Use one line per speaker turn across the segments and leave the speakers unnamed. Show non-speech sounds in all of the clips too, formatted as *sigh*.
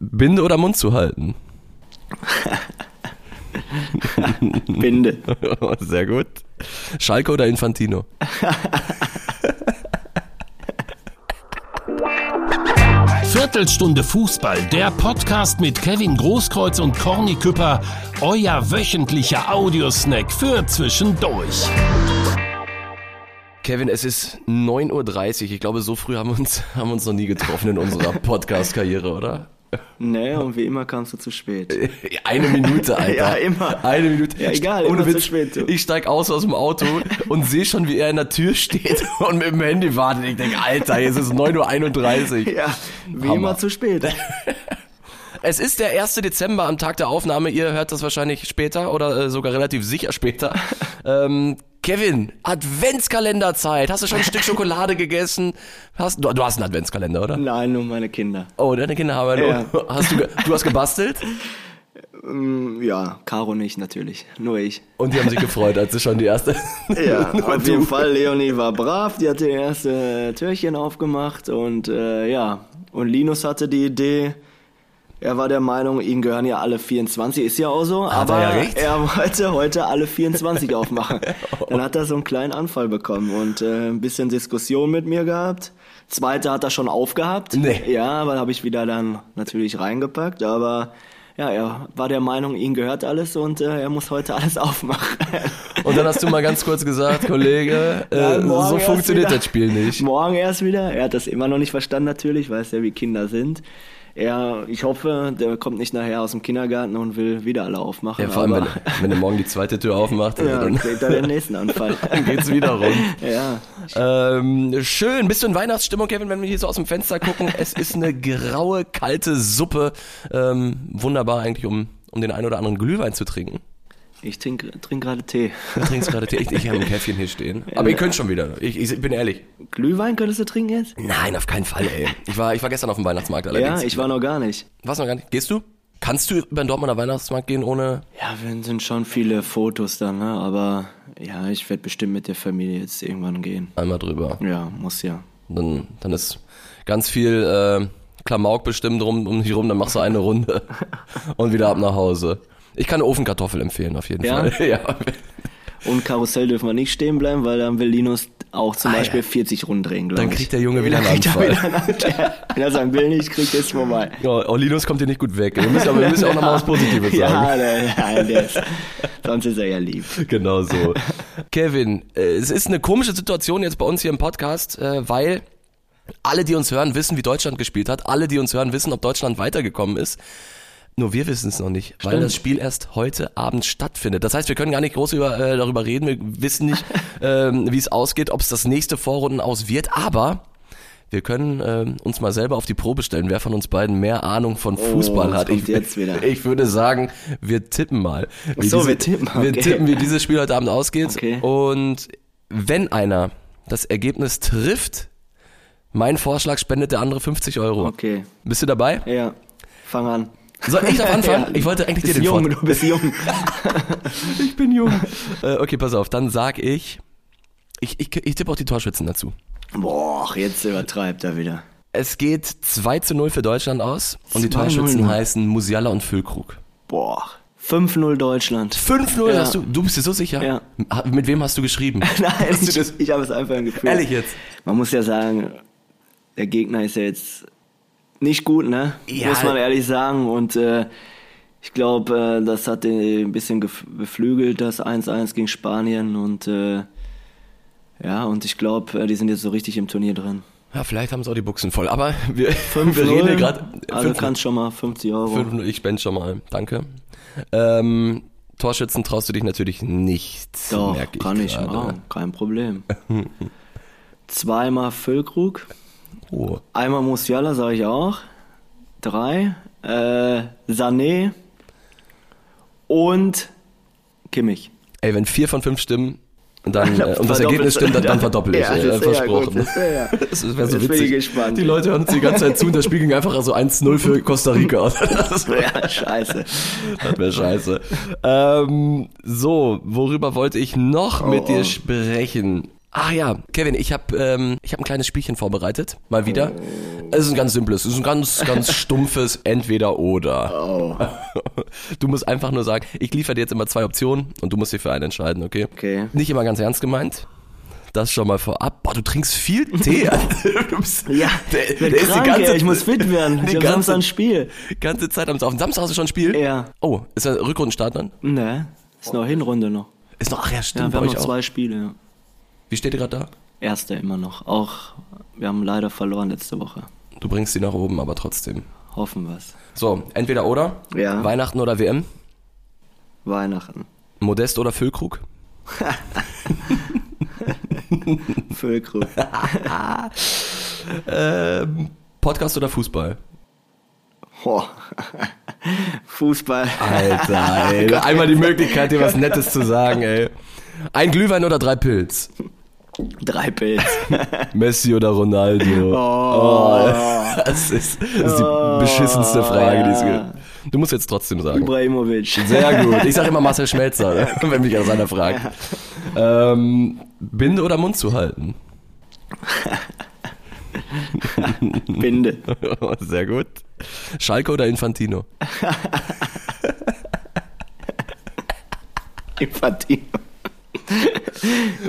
Binde oder Mund zu halten?
Binde.
*laughs*
*laughs*
Sehr gut. Schalke oder Infantino?
Viertelstunde Fußball, der Podcast mit Kevin Großkreuz und Corny Küpper, euer wöchentlicher Audiosnack für zwischendurch.
Kevin, es ist 9.30 Uhr. Ich glaube, so früh haben wir uns, haben wir uns noch nie getroffen in
*laughs*
unserer Podcast-Karriere, oder?
Nee, Ne, und wie immer kamst du zu spät.
Eine Minute, Alter.
Ja, immer.
Eine Minute.
Ja, egal,
Ohne
immer
Witz,
zu spät, du.
Ich steig aus aus dem Auto und sehe schon, wie er in der Tür steht *laughs* und mit dem Handy wartet. Ich denke, Alter, jetzt ist 9.31 Uhr.
*laughs* Ja, wie
Hammer.
immer zu *laughs* spät.
Es ist der 1. Dezember am Tag der Aufnahme. Ihr hört das wahrscheinlich später oder äh, sogar relativ sicher
*laughs*
später. Ähm, Kevin, Adventskalenderzeit. Hast du schon ein Stück Schokolade gegessen? Hast, du, du hast einen Adventskalender, oder?
Nein, nur meine Kinder.
Oh, deine Kinder haben einen.
Ja.
Oh, Hast du, ge- du hast gebastelt?
Ja, Caro nicht natürlich, nur ich.
Und die haben sich gefreut, als sie schon die erste.
*laughs* Ja,
*laughs* Nur
auf
du.
jeden Fall, Leonie war brav, die hatte ihr erste Türchen aufgemacht und äh, ja, und Linus hatte die Idee, er war der Meinung, ihm gehören ja alle 24, ist ja auch so,
er
aber
ja recht? Oh.
er wollte heute alle 24 aufmachen.
*laughs*
Dann hat er so einen kleinen Anfall bekommen und äh, ein bisschen Diskussion mit mir gehabt. Zweite hat er schon aufgehabt.
Nee.
Ja, aber habe ich wieder dann natürlich reingepackt, aber ja, er war der Meinung, ihm gehört alles und äh, er muss heute alles *laughs* aufmachen.
Und dann hast du mal ganz kurz gesagt, Kollege,
Ja,
äh,
morgen
so
erst
funktioniert
wieder.
das Spiel nicht.
*laughs* Morgen erst wieder. Er hat das immer noch nicht verstanden natürlich, weiß ja, wie Kinder sind. Er, ich hoffe, der kommt nicht nachher aus dem Kindergarten und will wieder alle aufmachen.
Ja, vor allem, wenn,
aber-
wenn er morgen die zweite Tür aufmacht,
*laughs* ja,
dann,
dann kriegt er den nächsten Anfall.
*laughs* dann geht's wieder rum.
ja.
Ähm, schön. Bist du in Weihnachtsstimmung, Kevin, wenn wir hier so aus dem Fenster *laughs* gucken? Es ist eine graue, kalte Suppe. Ähm, wunderbar eigentlich, um, um den einen oder anderen Glühwein zu trinken.
Ich trinke trink gerade Tee.
Du trinkst gerade Tee. Ich, ich habe ein Käffchen hier stehen. *laughs* Aber ihr könnt schon wieder. Ich, ich bin ehrlich.
Glühwein könntest du trinken jetzt?
Nein, auf keinen Fall, ey. Ich war, ich war gestern auf dem Weihnachtsmarkt allerdings.
Ja, ich war noch gar nicht.
Was noch gar nicht? Gehst du? Kannst du über den Dortmunder Weihnachtsmarkt gehen ohne.
Ja, wenn sind schon viele Fotos dann, ne? aber ja, ich werde bestimmt mit der Familie jetzt irgendwann gehen.
Einmal drüber.
Ja, muss ja.
Dann, dann ist ganz viel äh, Klamauk bestimmt rum, um dich rum, dann machst du eine *laughs* Runde und wieder ab nach Hause. Ich kann Ofenkartoffel empfehlen, auf jeden
Ja?
Fall. *laughs* ja.
Und Karussell dürfen wir nicht stehen bleiben, weil dann will Linus auch zum
Ah,
Beispiel
ja.
40 Runden drehen, glaube ich.
Dann kriegt der Junge wieder einen
Dann kriegt er
Anfall.
wieder einen Anfall. Wenn er sagen will nicht, kriegt er es vorbei.
Oh, oh, Linus kommt hier nicht gut weg. Wir müssen aber wir müssen auch *laughs* nochmal was Positives sagen.
Ja, nein, nein, der ist, sonst ist er ja lieb.
*laughs* Genau so. Kevin, äh, es ist eine komische Situation jetzt bei uns hier im Podcast, äh, weil alle, die uns hören, wissen, wie Deutschland gespielt hat. Alle, die uns hören, wissen, ob Deutschland weitergekommen ist. Nur wir wissen es noch nicht, weil
Stimmt.
das Spiel erst heute Abend stattfindet. Das heißt, wir können gar nicht groß über, äh, darüber reden. Wir wissen
*laughs*
nicht, ähm, wie es ausgeht, ob es das nächste Vorrunden aus wird. Aber wir können ähm, uns mal selber auf die Probe stellen, wer von uns beiden mehr Ahnung von Fußball
Oh, das
hat.
kommt jetzt
*laughs*
wieder.
ich würde sagen, wir tippen mal. Wie
so, wir tippen,
Wir
okay.
tippen, wie dieses Spiel heute Abend ausgeht.
Okay.
Und wenn einer das Ergebnis trifft, mein Vorschlag spendet der andere 50 Euro.
Okay,
Bist du dabei?
ja, fang an.
Soll
*laughs*
ich doch anfangen? Ich wollte eigentlich dir
bist
den
jung,
Vorteil-
du bist jung.
Ich bin jung. *laughs* äh, okay, pass auf, dann sag ich. Ich, ich, ich tippe auch die Torschützen dazu.
Boah, jetzt übertreibt er wieder.
Es geht 2 zu 0 für Deutschland aus und die
2 zu 0.
Torschützen heißen Musiala und Füllkrug.
Boah, 5-0 Deutschland. *laughs*
5-0
Ja.
hast du, du bist dir so sicher?
Ja.
Ha- Mit wem hast du
*laughs*
geschrieben?
Nein,
Hast du das-
ich, ich habe es einfach im Gefühl.
Ehrlich jetzt?
Man muss ja sagen, der Gegner ist ja jetzt nicht gut, ne?
Ja.
Muss man ehrlich sagen. Und äh, ich glaube, äh, das hat den ein bisschen gef- beflügelt, das 1-1 gegen Spanien. Und äh, ja, und ich glaube, äh, die sind jetzt so richtig im Turnier drin.
Ja, vielleicht haben sie auch die Buchsen voll, aber wir, *laughs* wir reden hier gerade.
Also kannst schon mal 50 Euro.
5-0, ich spende schon mal. Danke. Ähm, Torschützen traust du dich natürlich nicht.
Doch,
merk ich
kann ich
gerade.
machen.
*laughs*
Kein Problem. Zweimal Füllkrug.
Oh.
Einmal Musiala, sage ich auch. Drei. Äh, Sané. Und Kimmich.
Ey, wenn vier von fünf stimmen
*laughs*
dann, äh, und das
Verdoppelt-
Ergebnis stimmt,
*laughs*
dann, dann verdoppel ich.
Ja,
äh,
das ist ja gut,
versprochen.
das ist ja-
*laughs* Das wäre so
Jetzt bin
witzig.
ich gespannt.
Die Leute hören uns die ganze Zeit zu und das Spiel ging einfach so 1-0 für Costa Rica.
*laughs*
Das
*laughs* Ja, scheiße.
wäre scheiße. Ähm, so, worüber wollte ich noch mit
oh.
dir sprechen? Ach ja, Kevin, ich habe ähm, ich hab ein kleines Spielchen vorbereitet, mal wieder.
Oh.
Es ist ein ganz simples, es ist ein ganz,
*laughs*
ganz stumpfes Entweder-Oder.
Oh,
Du musst einfach nur sagen, ich liefere dir jetzt immer zwei Optionen und du musst dich für eine entscheiden, okay?
okay.
Nicht immer ganz ernst gemeint. Das schon mal vorab. Boah, du trinkst viel Tee.
*laughs*
du bist,
Ja,
der,
ich bin
der ist die
krank,
ganze,
ey, ich muss fit werden.
Die
Ich hab
ganze-
Samstag ein Spiel.
ganze Zeit am Saufen. Samstag hast du schon ein Spiel?
Ja.
Oh, ist der Rückrundenstart dann?
Ne, ist noch Hinrunde noch.
Ist noch, ach ja,
Ja,
stimmt,
wir
bei
haben
euch
noch
auch.
zwei Spiele. Ja.
Wie steht ihr gerade da?
Erste immer noch. Auch, wir haben leider verloren letzte Woche.
Du bringst die nach oben, aber trotzdem.
Hoffen wir's.
So, entweder oder.
Ja.
Weihnachten oder WM.
Weihnachten.
Modest oder Füllkrug.
Füllkrug.
Ähm, Podcast oder Fußball?
Boah. *laughs* Fußball.
Ah. Alter,
*laughs* Oh
ey. Einmal die Möglichkeit, dir was Nettes zu sagen, ey. Ein Glühwein oder drei Pilz? *laughs*
Drei Pilz.
Messi oder Ronaldo? Oh, das ist, das ist die
Oh,
beschissenste Frage, die es gibt. Du musst jetzt trotzdem sagen.
Ibrahimovic.
Sehr gut. Ich sage immer Marcel Schmelzer, *laughs* ne? wenn mich das einer fragt. Ähm, Binde oder Mund zu halten?
Binde.
*laughs* Sehr gut. Schalke oder Infantino?
Infantino.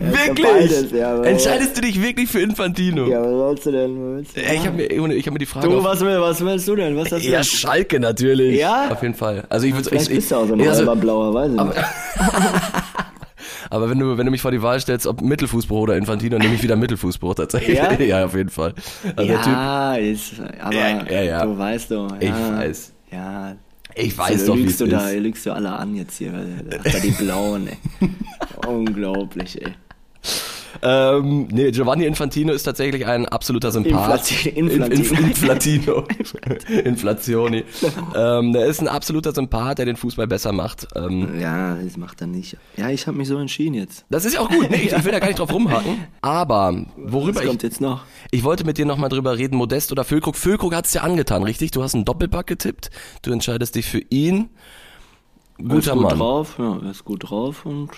wirklich?
beides, ja, aber-
Entscheidest du dich wirklich für Infantino?
Ja, was sollst du denn? Was willst du
Ey, Ich habe mir, ich hab mir die Frage
Du,
auf-
was, will, was willst du denn? Was hast du
Ja,
denn?
Schalke natürlich.
Ja?
Auf jeden Fall. Also ich würde
Vielleicht bist du auch so ein
also,
halber Blauer, weiß ich nicht.
Aber wenn du, wenn du mich vor die Wahl stellst, ob Mittelfußbruch oder Infantino, nehme ich wieder Mittelfußbruch tatsächlich.
Ja?
*laughs* ja auf jeden Fall. Also der Typ,
ja, ist, aber
Ja, ja, ja.
du weißt doch. Ja,
Ich weiß.
Ja.
ich weiß doch, wie es
also lügst du
ist.
da, lügst du alle an jetzt
*laughs*
hier. weil- Ach, da die Blauen, ey. Unglaublich, ey.
Ähm, nee, Giovanni Infantino ist tatsächlich ein absoluter Sympath.
Inflati-
Inf-
Inflantino. *laughs* Oh
Inflatino. Inflationi. ähm, der ist ein absoluter Sympath, der den Fußball besser macht. Ähm,
Ja, das macht er nicht. Ja, ich habe mich so entschieden jetzt.
das ist ja auch gut. Nee, ich, ich will da gar nicht drauf rumhacken. Aber worüber
Was
ich
kommt jetzt noch?
Ich wollte mit dir nochmal drüber reden, Modest oder Füllkrug. Füllkrug hat's dir angetan, richtig? Du hast einen Doppelpack getippt, du entscheidest dich für ihn.
ist
Guter
gut
Mann.
drauf, ja, er ist gut drauf und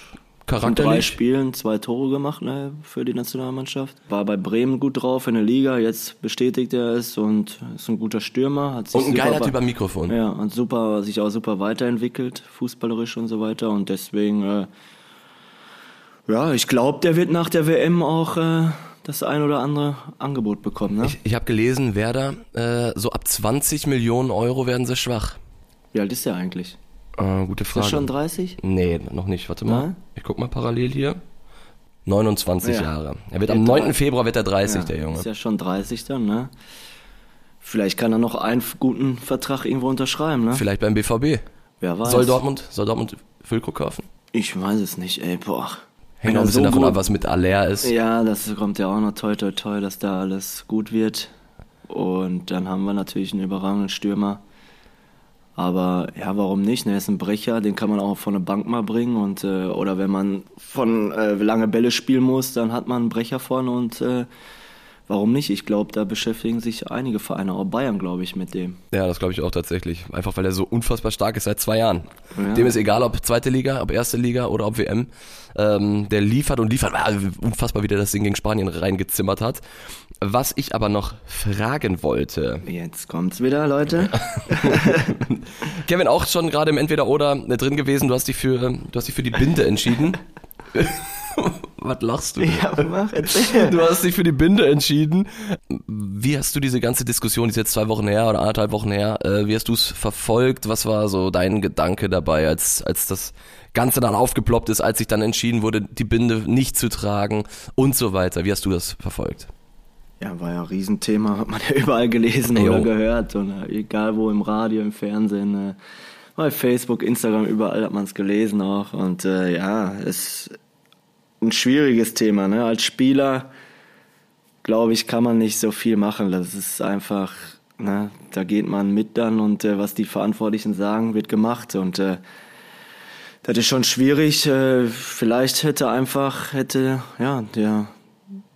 in drei
Charakterlich.
Spielen zwei Tore gemacht ne, für die Nationalmannschaft. War bei Bremen gut drauf in der Liga, jetzt bestätigt er es und ist ein guter Stürmer. Hat sich
Und ein
super
geiler
bei-
Typ am Mikrofon.
Ja, und super, sich auch super weiterentwickelt, fußballerisch und so weiter. Und deswegen, äh, ja, ich glaube, der wird nach der WM auch äh, das ein oder andere Angebot bekommen. Ne?
Ich habe gelesen, Werder, äh, so ab 20 Millionen Euro werden sie schwach.
Wie alt ist der eigentlich?
Äh, gute
Ist
Frage.
er schon 30?
nee, noch nicht. Warte mal.
Nein?
Ich guck mal parallel hier. 29
Ja.
Jahre. Er wird am 9. Februar wird er 30, der Junge.
Ist ja schon 30 dann, ne? Vielleicht kann er noch einen f- guten Vertrag irgendwo unterschreiben, ne?
Vielleicht beim BVB.
Wer weiß.
Soll Dortmund, soll Dortmund Füllkrug kaufen?
Ich weiß es nicht, ey, boah.
Hängt
Wenn
auch ein
er
bisschen
so
davon
gut-
ab, was mit Aller ist.
Ja, das kommt ja auch noch toi toi toi, dass da alles gut wird. Und dann haben wir natürlich einen überragenden Stürmer. Aber ja, warum nicht? Ne? Er ist ein Brecher, den kann man auch von der Bank mal bringen. Und, äh, oder wenn man von äh, lange Bälle spielen muss, dann hat man einen Brecher vorne und äh, warum nicht? Ich glaube, da beschäftigen sich einige Vereine, auch Bayern, glaube ich, mit dem.
Ja, das glaube ich auch tatsächlich. Einfach weil er so unfassbar stark ist seit zwei Jahren. Dem ist egal, ob zweite Liga, ob erste Liga oder ob WM. Ähm, der liefert und liefert. Ah, unfassbar, wie der das Ding gegen Spanien reingezimmert hat. Was ich aber noch fragen wollte.
Jetzt kommt's wieder, Leute.
Kevin, auch schon gerade im Entweder-Oder äh, drin gewesen. Du hast dich für, ähm, du hast dich für die Binde entschieden. Was lachst du? denn?
ja, mach, erzähl.
Du hast dich für die Binde entschieden. Wie hast du diese ganze Diskussion, die ist jetzt zwei Wochen her oder anderthalb Wochen her, äh, wie hast du es verfolgt? Was war so dein Gedanke dabei, als, als das Ganze dann aufgeploppt ist, als sich dann entschieden wurde, die Binde nicht zu tragen und so weiter? Wie hast du das verfolgt?
Ja, war ja ein Riesenthema, hat man ja *laughs* überall gelesen
Jo.
oder gehört. Und äh, egal wo, im Radio, im Fernsehen, äh, bei Facebook, Instagram, überall hat man es gelesen auch. Und äh, ja, ist ein schwieriges Thema. Ne? Als Spieler, glaube ich, kann man nicht so viel machen. Das ist einfach, ne? da geht man mit dann und äh, was die Verantwortlichen sagen, wird gemacht. Und äh, das ist schon schwierig. Äh, vielleicht hätte einfach, hätte, ja, der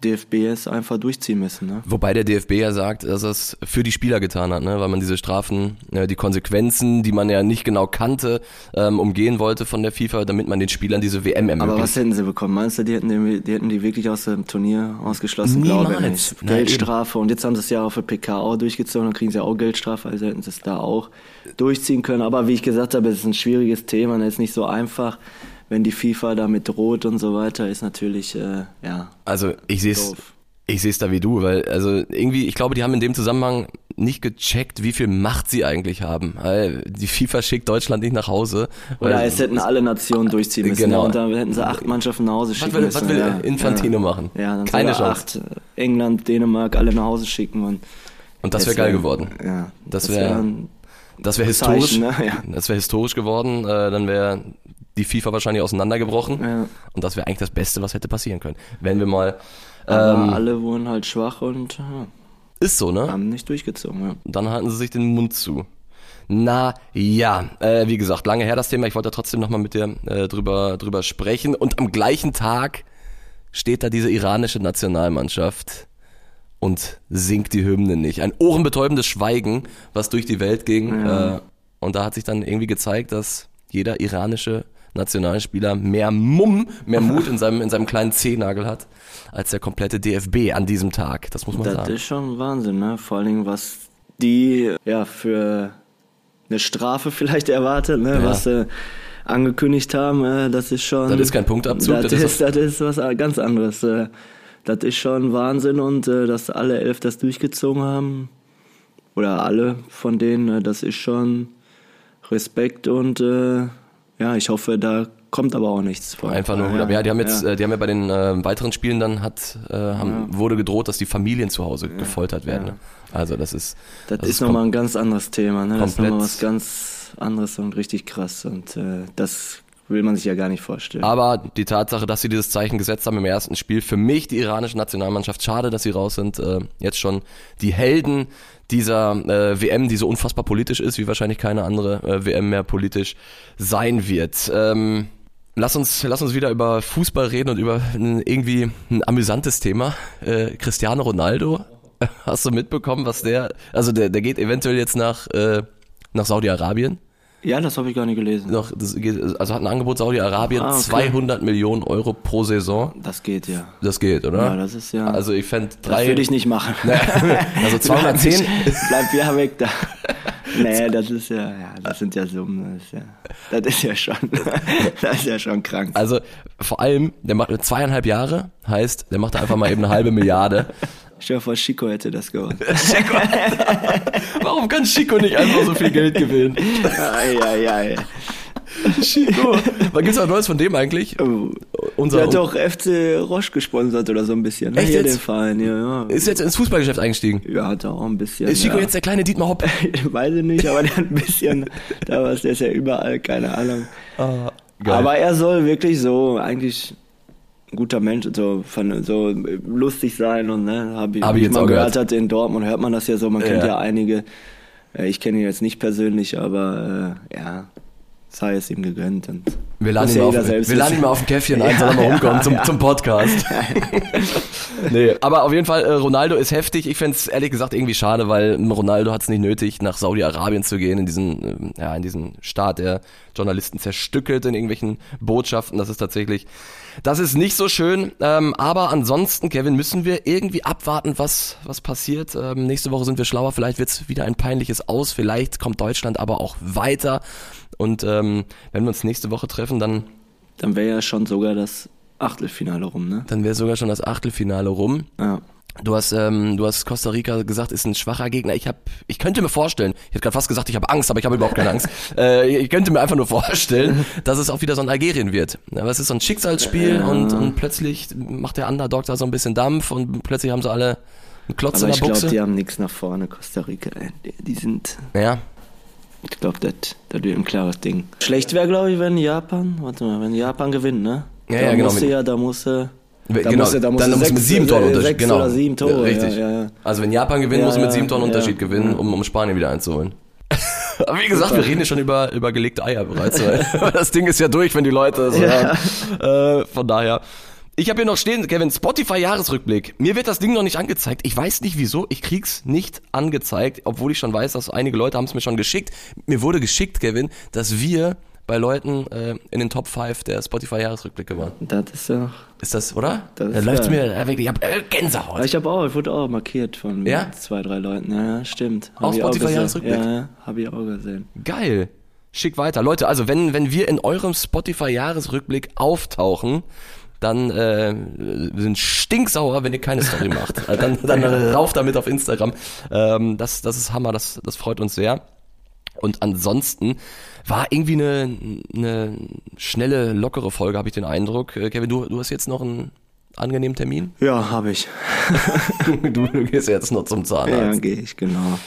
DFB es einfach durchziehen müssen. Ne?
Wobei der DFB ja sagt, dass er es für die Spieler getan hat, ne? weil man diese Strafen, äh, die Konsequenzen, die man ja nicht genau kannte, ähm, umgehen wollte von der FIFA, damit man den Spielern diese WM
Aber
ermöglicht.
was hätten sie bekommen? Meinst du, die hätten die, die, hätten die wirklich aus dem Turnier ausgeschlossen? Glaube
Niemals.
ich nicht.
Nein,
Geldstrafe. Und jetzt haben sie es ja auch für PK auch durchgezogen, dann kriegen sie auch Geldstrafe, also hätten sie es da auch durchziehen können. Aber wie ich gesagt habe, es ist ein schwieriges Thema, es ist nicht so einfach. Wenn die FIFA damit droht und so weiter, ist natürlich, äh, ja,
Also ich sehe es
Doof.
ich seh's da wie du, weil also irgendwie, ich glaube, die haben in dem Zusammenhang nicht gecheckt, wie viel Macht sie eigentlich haben. Weil die FIFA schickt Deutschland nicht nach Hause.
Oder
weil-
es hätten alle Nationen durchziehen müssen.
Genau.
Genau. Und dann hätten sie acht Mannschaften nach Hause schicken
will- was
müssen.
will Infantino
ja.
machen?
Ja, dann
Keine
Keine sogar
Chance.
acht. England, Dänemark, alle nach Hause schicken. Und
und das wäre geil geworden.
Ja,
Das wär-
dann-
Das wäre historisch.
Zeichen, ne? Ja.
Das wäre historisch geworden. Äh, dann wäre die FIFA wahrscheinlich auseinandergebrochen.
Ja.
Und das wäre eigentlich das Beste, was hätte passieren können. Wenn wir mal.
aber
Ähm,
alle wurden halt schwach und ja,
ist so, ne?
haben nicht durchgezogen. Ja.
Dann halten sie sich den Mund zu. Na ja, äh, wie gesagt, lange her das Thema. Ich wollte da trotzdem nochmal mit dir äh, drüber, drüber sprechen. Und am gleichen Tag steht da diese iranische Nationalmannschaft und singt die Hymne nicht. Ein ohrenbetäubendes Schweigen, was durch die Welt ging. Äh, und da hat sich dann irgendwie gezeigt, dass jeder iranische Nationalspieler mehr Mumm, mehr Mut in seinem, in seinem kleinen Zehnagel hat, als der komplette DFB an diesem Tag. Das muss man
Das
sagen.
ist schon Wahnsinn, ne? Vor allen Dingen, was die ja für eine Strafe *laughs* vielleicht erwartet, ne?
Ja.
Was sie angekündigt haben, äh, das ist schon.
Das ist kein Punktabzug, das
Das,
ist-
ist, das ist was ganz anderes. äh. Das ist schon Wahnsinn und äh, dass alle elf das durchgezogen haben oder alle von denen, äh, das ist schon Respekt und äh, ja, ich hoffe, da kommt aber auch nichts. von.
Einfach nur Hut ab. Ja, die haben jetzt, äh, die haben ja bei den äh, weiteren Spielen dann hat, äh, haben, wurde gedroht, dass die Familien zu Hause gefoltert werden. Ne? Also das ist,
Das, ist nochmal ein ganz anderes Thema, ne? Das ist
komplett-
nochmal was ganz anderes und richtig krass. Und äh, das will man sich ja gar nicht vorstellen.
Aber die Tatsache, dass sie dieses Zeichen gesetzt haben im ersten Spiel, für mich die iranische Nationalmannschaft, schade, dass sie raus sind. Äh, jetzt schon die Helden dieser äh, WM, die so unfassbar politisch ist, wie wahrscheinlich keine andere äh, WM mehr politisch sein wird. Ähm, lass, uns, lass uns wieder über Fußball reden und über ein, irgendwie ein amüsantes Thema. Äh, Cristiano Ronaldo, *laughs* hast du mitbekommen, was der, also der, der geht eventuell jetzt nach, äh, nach Saudi-Arabien
ja, das habe ich gar nicht gelesen.
noch, das geht, also hat ein Angebot Saudi-Arabien,
Ah, okay.
200 Millionen Euro pro Saison.
Das geht ja.
Das geht, oder?
Ja, das ist ja-
Also ich fände
Das
drei.
würde ich nicht machen.
*laughs*
*laughs*
also 210.
Bleib ja
*laughs*
weg da. Nee, das ist ja, ja, das sind ja Summen. Das ist ja, das ist ja schon, *laughs* das ist ja schon krank.
Also vor allem, der macht zweieinhalb Jahre, heißt, der macht da einfach mal eben eine halbe Milliarde.
*laughs* Stell dir vor, Chico hätte
*laughs*
das gewonnen.
Warum kann Chico nicht einfach so viel Geld gewinnen?
Ei, ei, ei.
Chico. Was gibt's da Neues von dem eigentlich? Unser-
Der hat doch FC Roche gesponsert oder so ein bisschen. ne?
Echt
Hier
jetzt?
den Verein, ja. ja.
Ist jetzt ins Fußballgeschäft eingestiegen.
Ja, hat er auch ein bisschen.
Ist Chico
ja.
jetzt der kleine Dietmar Hopp?
*laughs* Weiß ich nicht, aber der hat ein bisschen, da war es, der ist ja überall, keine Ahnung.
geil.
Ah, Aber er soll wirklich so, eigentlich ein guter Mensch, so, von, so lustig sein und ne, habe ich,
Hab ich
wie
jetzt
man
auch gehört.
gehört hat in Dortmund, hört man das ja so, man kennt
Ja.
ja einige, äh, ich kenne ihn jetzt nicht persönlich, aber äh, ja, sei es ihm gegönnt. Und
Wir laden,
muss
ihn,
ja
mal auf,
jeder selbst
wir laden
wissen.
ihn mal auf ein
*laughs*
Käffchen ein,
Ja,
soll er mal
ja,
rumkommen zum,
ja.
zum Podcast. nee, *laughs* aber auf jeden Fall, äh, Ronaldo ist heftig. Ich fänd's ehrlich gesagt irgendwie schade, weil ähm, Ronaldo hat's nicht nötig, nach Saudi-Arabien zu gehen, in diesen, ähm, ja, in diesen Staat, der Journalisten zerstückelt in irgendwelchen Botschaften. Das ist tatsächlich, das ist nicht so schön. Ähm, aber ansonsten, Kevin, müssen wir irgendwie abwarten, was, was passiert. Ähm, nächste Woche sind wir schlauer. Vielleicht wird's wieder ein peinliches Aus. Vielleicht kommt Deutschland aber auch weiter. Und ähm, wenn wir uns nächste Woche treffen, dann
Dann wäre ja schon sogar das Achtelfinale rum, ne?
dann wäre sogar schon das Achtelfinale rum.
Ja.
Du hast, ähm, du hast Costa Rica gesagt, ist ein schwacher Gegner. Ich habe, ich könnte mir vorstellen, ich hätte gerade fast gesagt, ich habe Angst, aber ich habe überhaupt keine
*laughs*
Angst. Äh, ich könnte mir einfach nur vorstellen, dass es auch wieder so ein Algerien wird. Aber es ist so ein Schicksalsspiel und, und plötzlich macht der Underdog da so ein bisschen Dampf und plötzlich haben sie alle einen Klotz
Aber
in
ich
der
glaube,
Buchse.
die haben nichts nach vorne, Costa Rica. ey. Die- Die sind
ja.
Ich glaube, das wird ein klares Ding. Schlecht wäre, glaube ich, wenn Japan, warte mal, wenn Japan gewinnt, ne?
Ja,
da
ja, genau,
Musste
mit-
ja, da musste,
We-
da musste, da
Genau, dann
musste
muss
sechs,
mit sieben Toren
äh,
Unterschied.
Sechs
Genau.
oder sieben Tore.
Ja, richtig.
Ja, ja, ja.
Also wenn Japan gewinnt,
Ja,
muss er mit
ja,
sieben Toren
ja.
Unterschied gewinnen, um, um Spanien wieder einzuholen. Aber *laughs* wie gesagt, wir reden hier schon über, über *laughs* gelegte Eier bereits. Weil das Ding ist ja durch, wenn die Leute das hören. Äh, von daher, Ich habe hier noch stehen, Kevin, Spotify-Jahresrückblick. Mir wird das Ding noch nicht angezeigt. Ich weiß nicht wieso, ich krieg's nicht angezeigt, obwohl ich schon weiß, dass einige Leute haben es mir schon geschickt. Mir wurde geschickt, Kevin, dass wir bei Leuten äh, in den Top 5 der Spotify-Jahresrückblicke waren.
Das ist doch.
Ist das, oder?
Das
da
ist
läuft's
geil.
mir äh, wirklich, ich hab äh, Gänsehaut.
Ich habe auch, ich wurde auch markiert von
Ja?
zwei, drei Leuten. Ja, ja, stimmt. Hab
Auf
ich auch
Spotify
gesehen.
Jahresrückblick?
Ja, ja, habe ich auch gesehen.
Geil. Schick weiter. Leute, also wenn, wenn wir in eurem Spotify-Jahresrückblick auftauchen, dann äh, wir sind stinksauer, wenn ihr keine Story *laughs* macht. Äh, Dann, dann rauf damit auf Instagram. Ähm, das, das ist Hammer, das, das freut uns sehr. Und ansonsten war irgendwie eine, eine schnelle, lockere Folge, habe ich den Eindruck. Äh, Kevin, du, du hast jetzt noch einen angenehmen Termin? *laughs*
Ja, habe ich.
Du, du gehst jetzt noch zum
Ja,
Zahnarzt.
gehe ich, genau.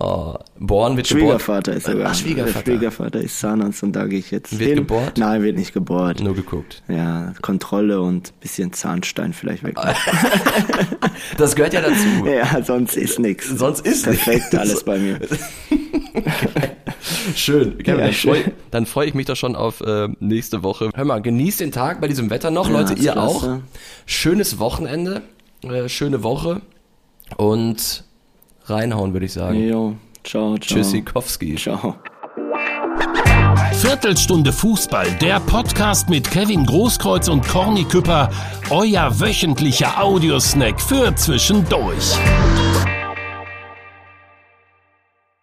Oh, Born wird geboren.
Schwiegervater ist sogar.
Ach, Schwiegervater.
Der Schwiegervater ist Zahnarzt und da gehe ich jetzt
Wird
hin.
gebohrt?
Nein, wird nicht gebohrt.
Nur geguckt.
Ja, Kontrolle und bisschen Zahnstein vielleicht weg.
Ah. Das gehört ja dazu.
*laughs* ja, sonst ist nix.
*laughs* Sonst ist nichts.
Perfekt alles
*laughs*
bei mir.
Schön. Kevin,
Ja,
dann
schön.
freue dann freu ich mich doch schon auf äh, nächste Woche. Hör mal, genießt den Tag bei diesem Wetter noch,
Ja,
Leute, ihr
klasse.
auch. Schönes Wochenende, äh, schöne Woche und reinhauen, würde ich sagen.
Jo, ciao, ciao.
Tschüssikowski.
Ciao.
Viertelstunde Fußball, der Podcast mit Kevin Großkreuz und Corny Küpper, euer wöchentlicher Audiosnack für zwischendurch.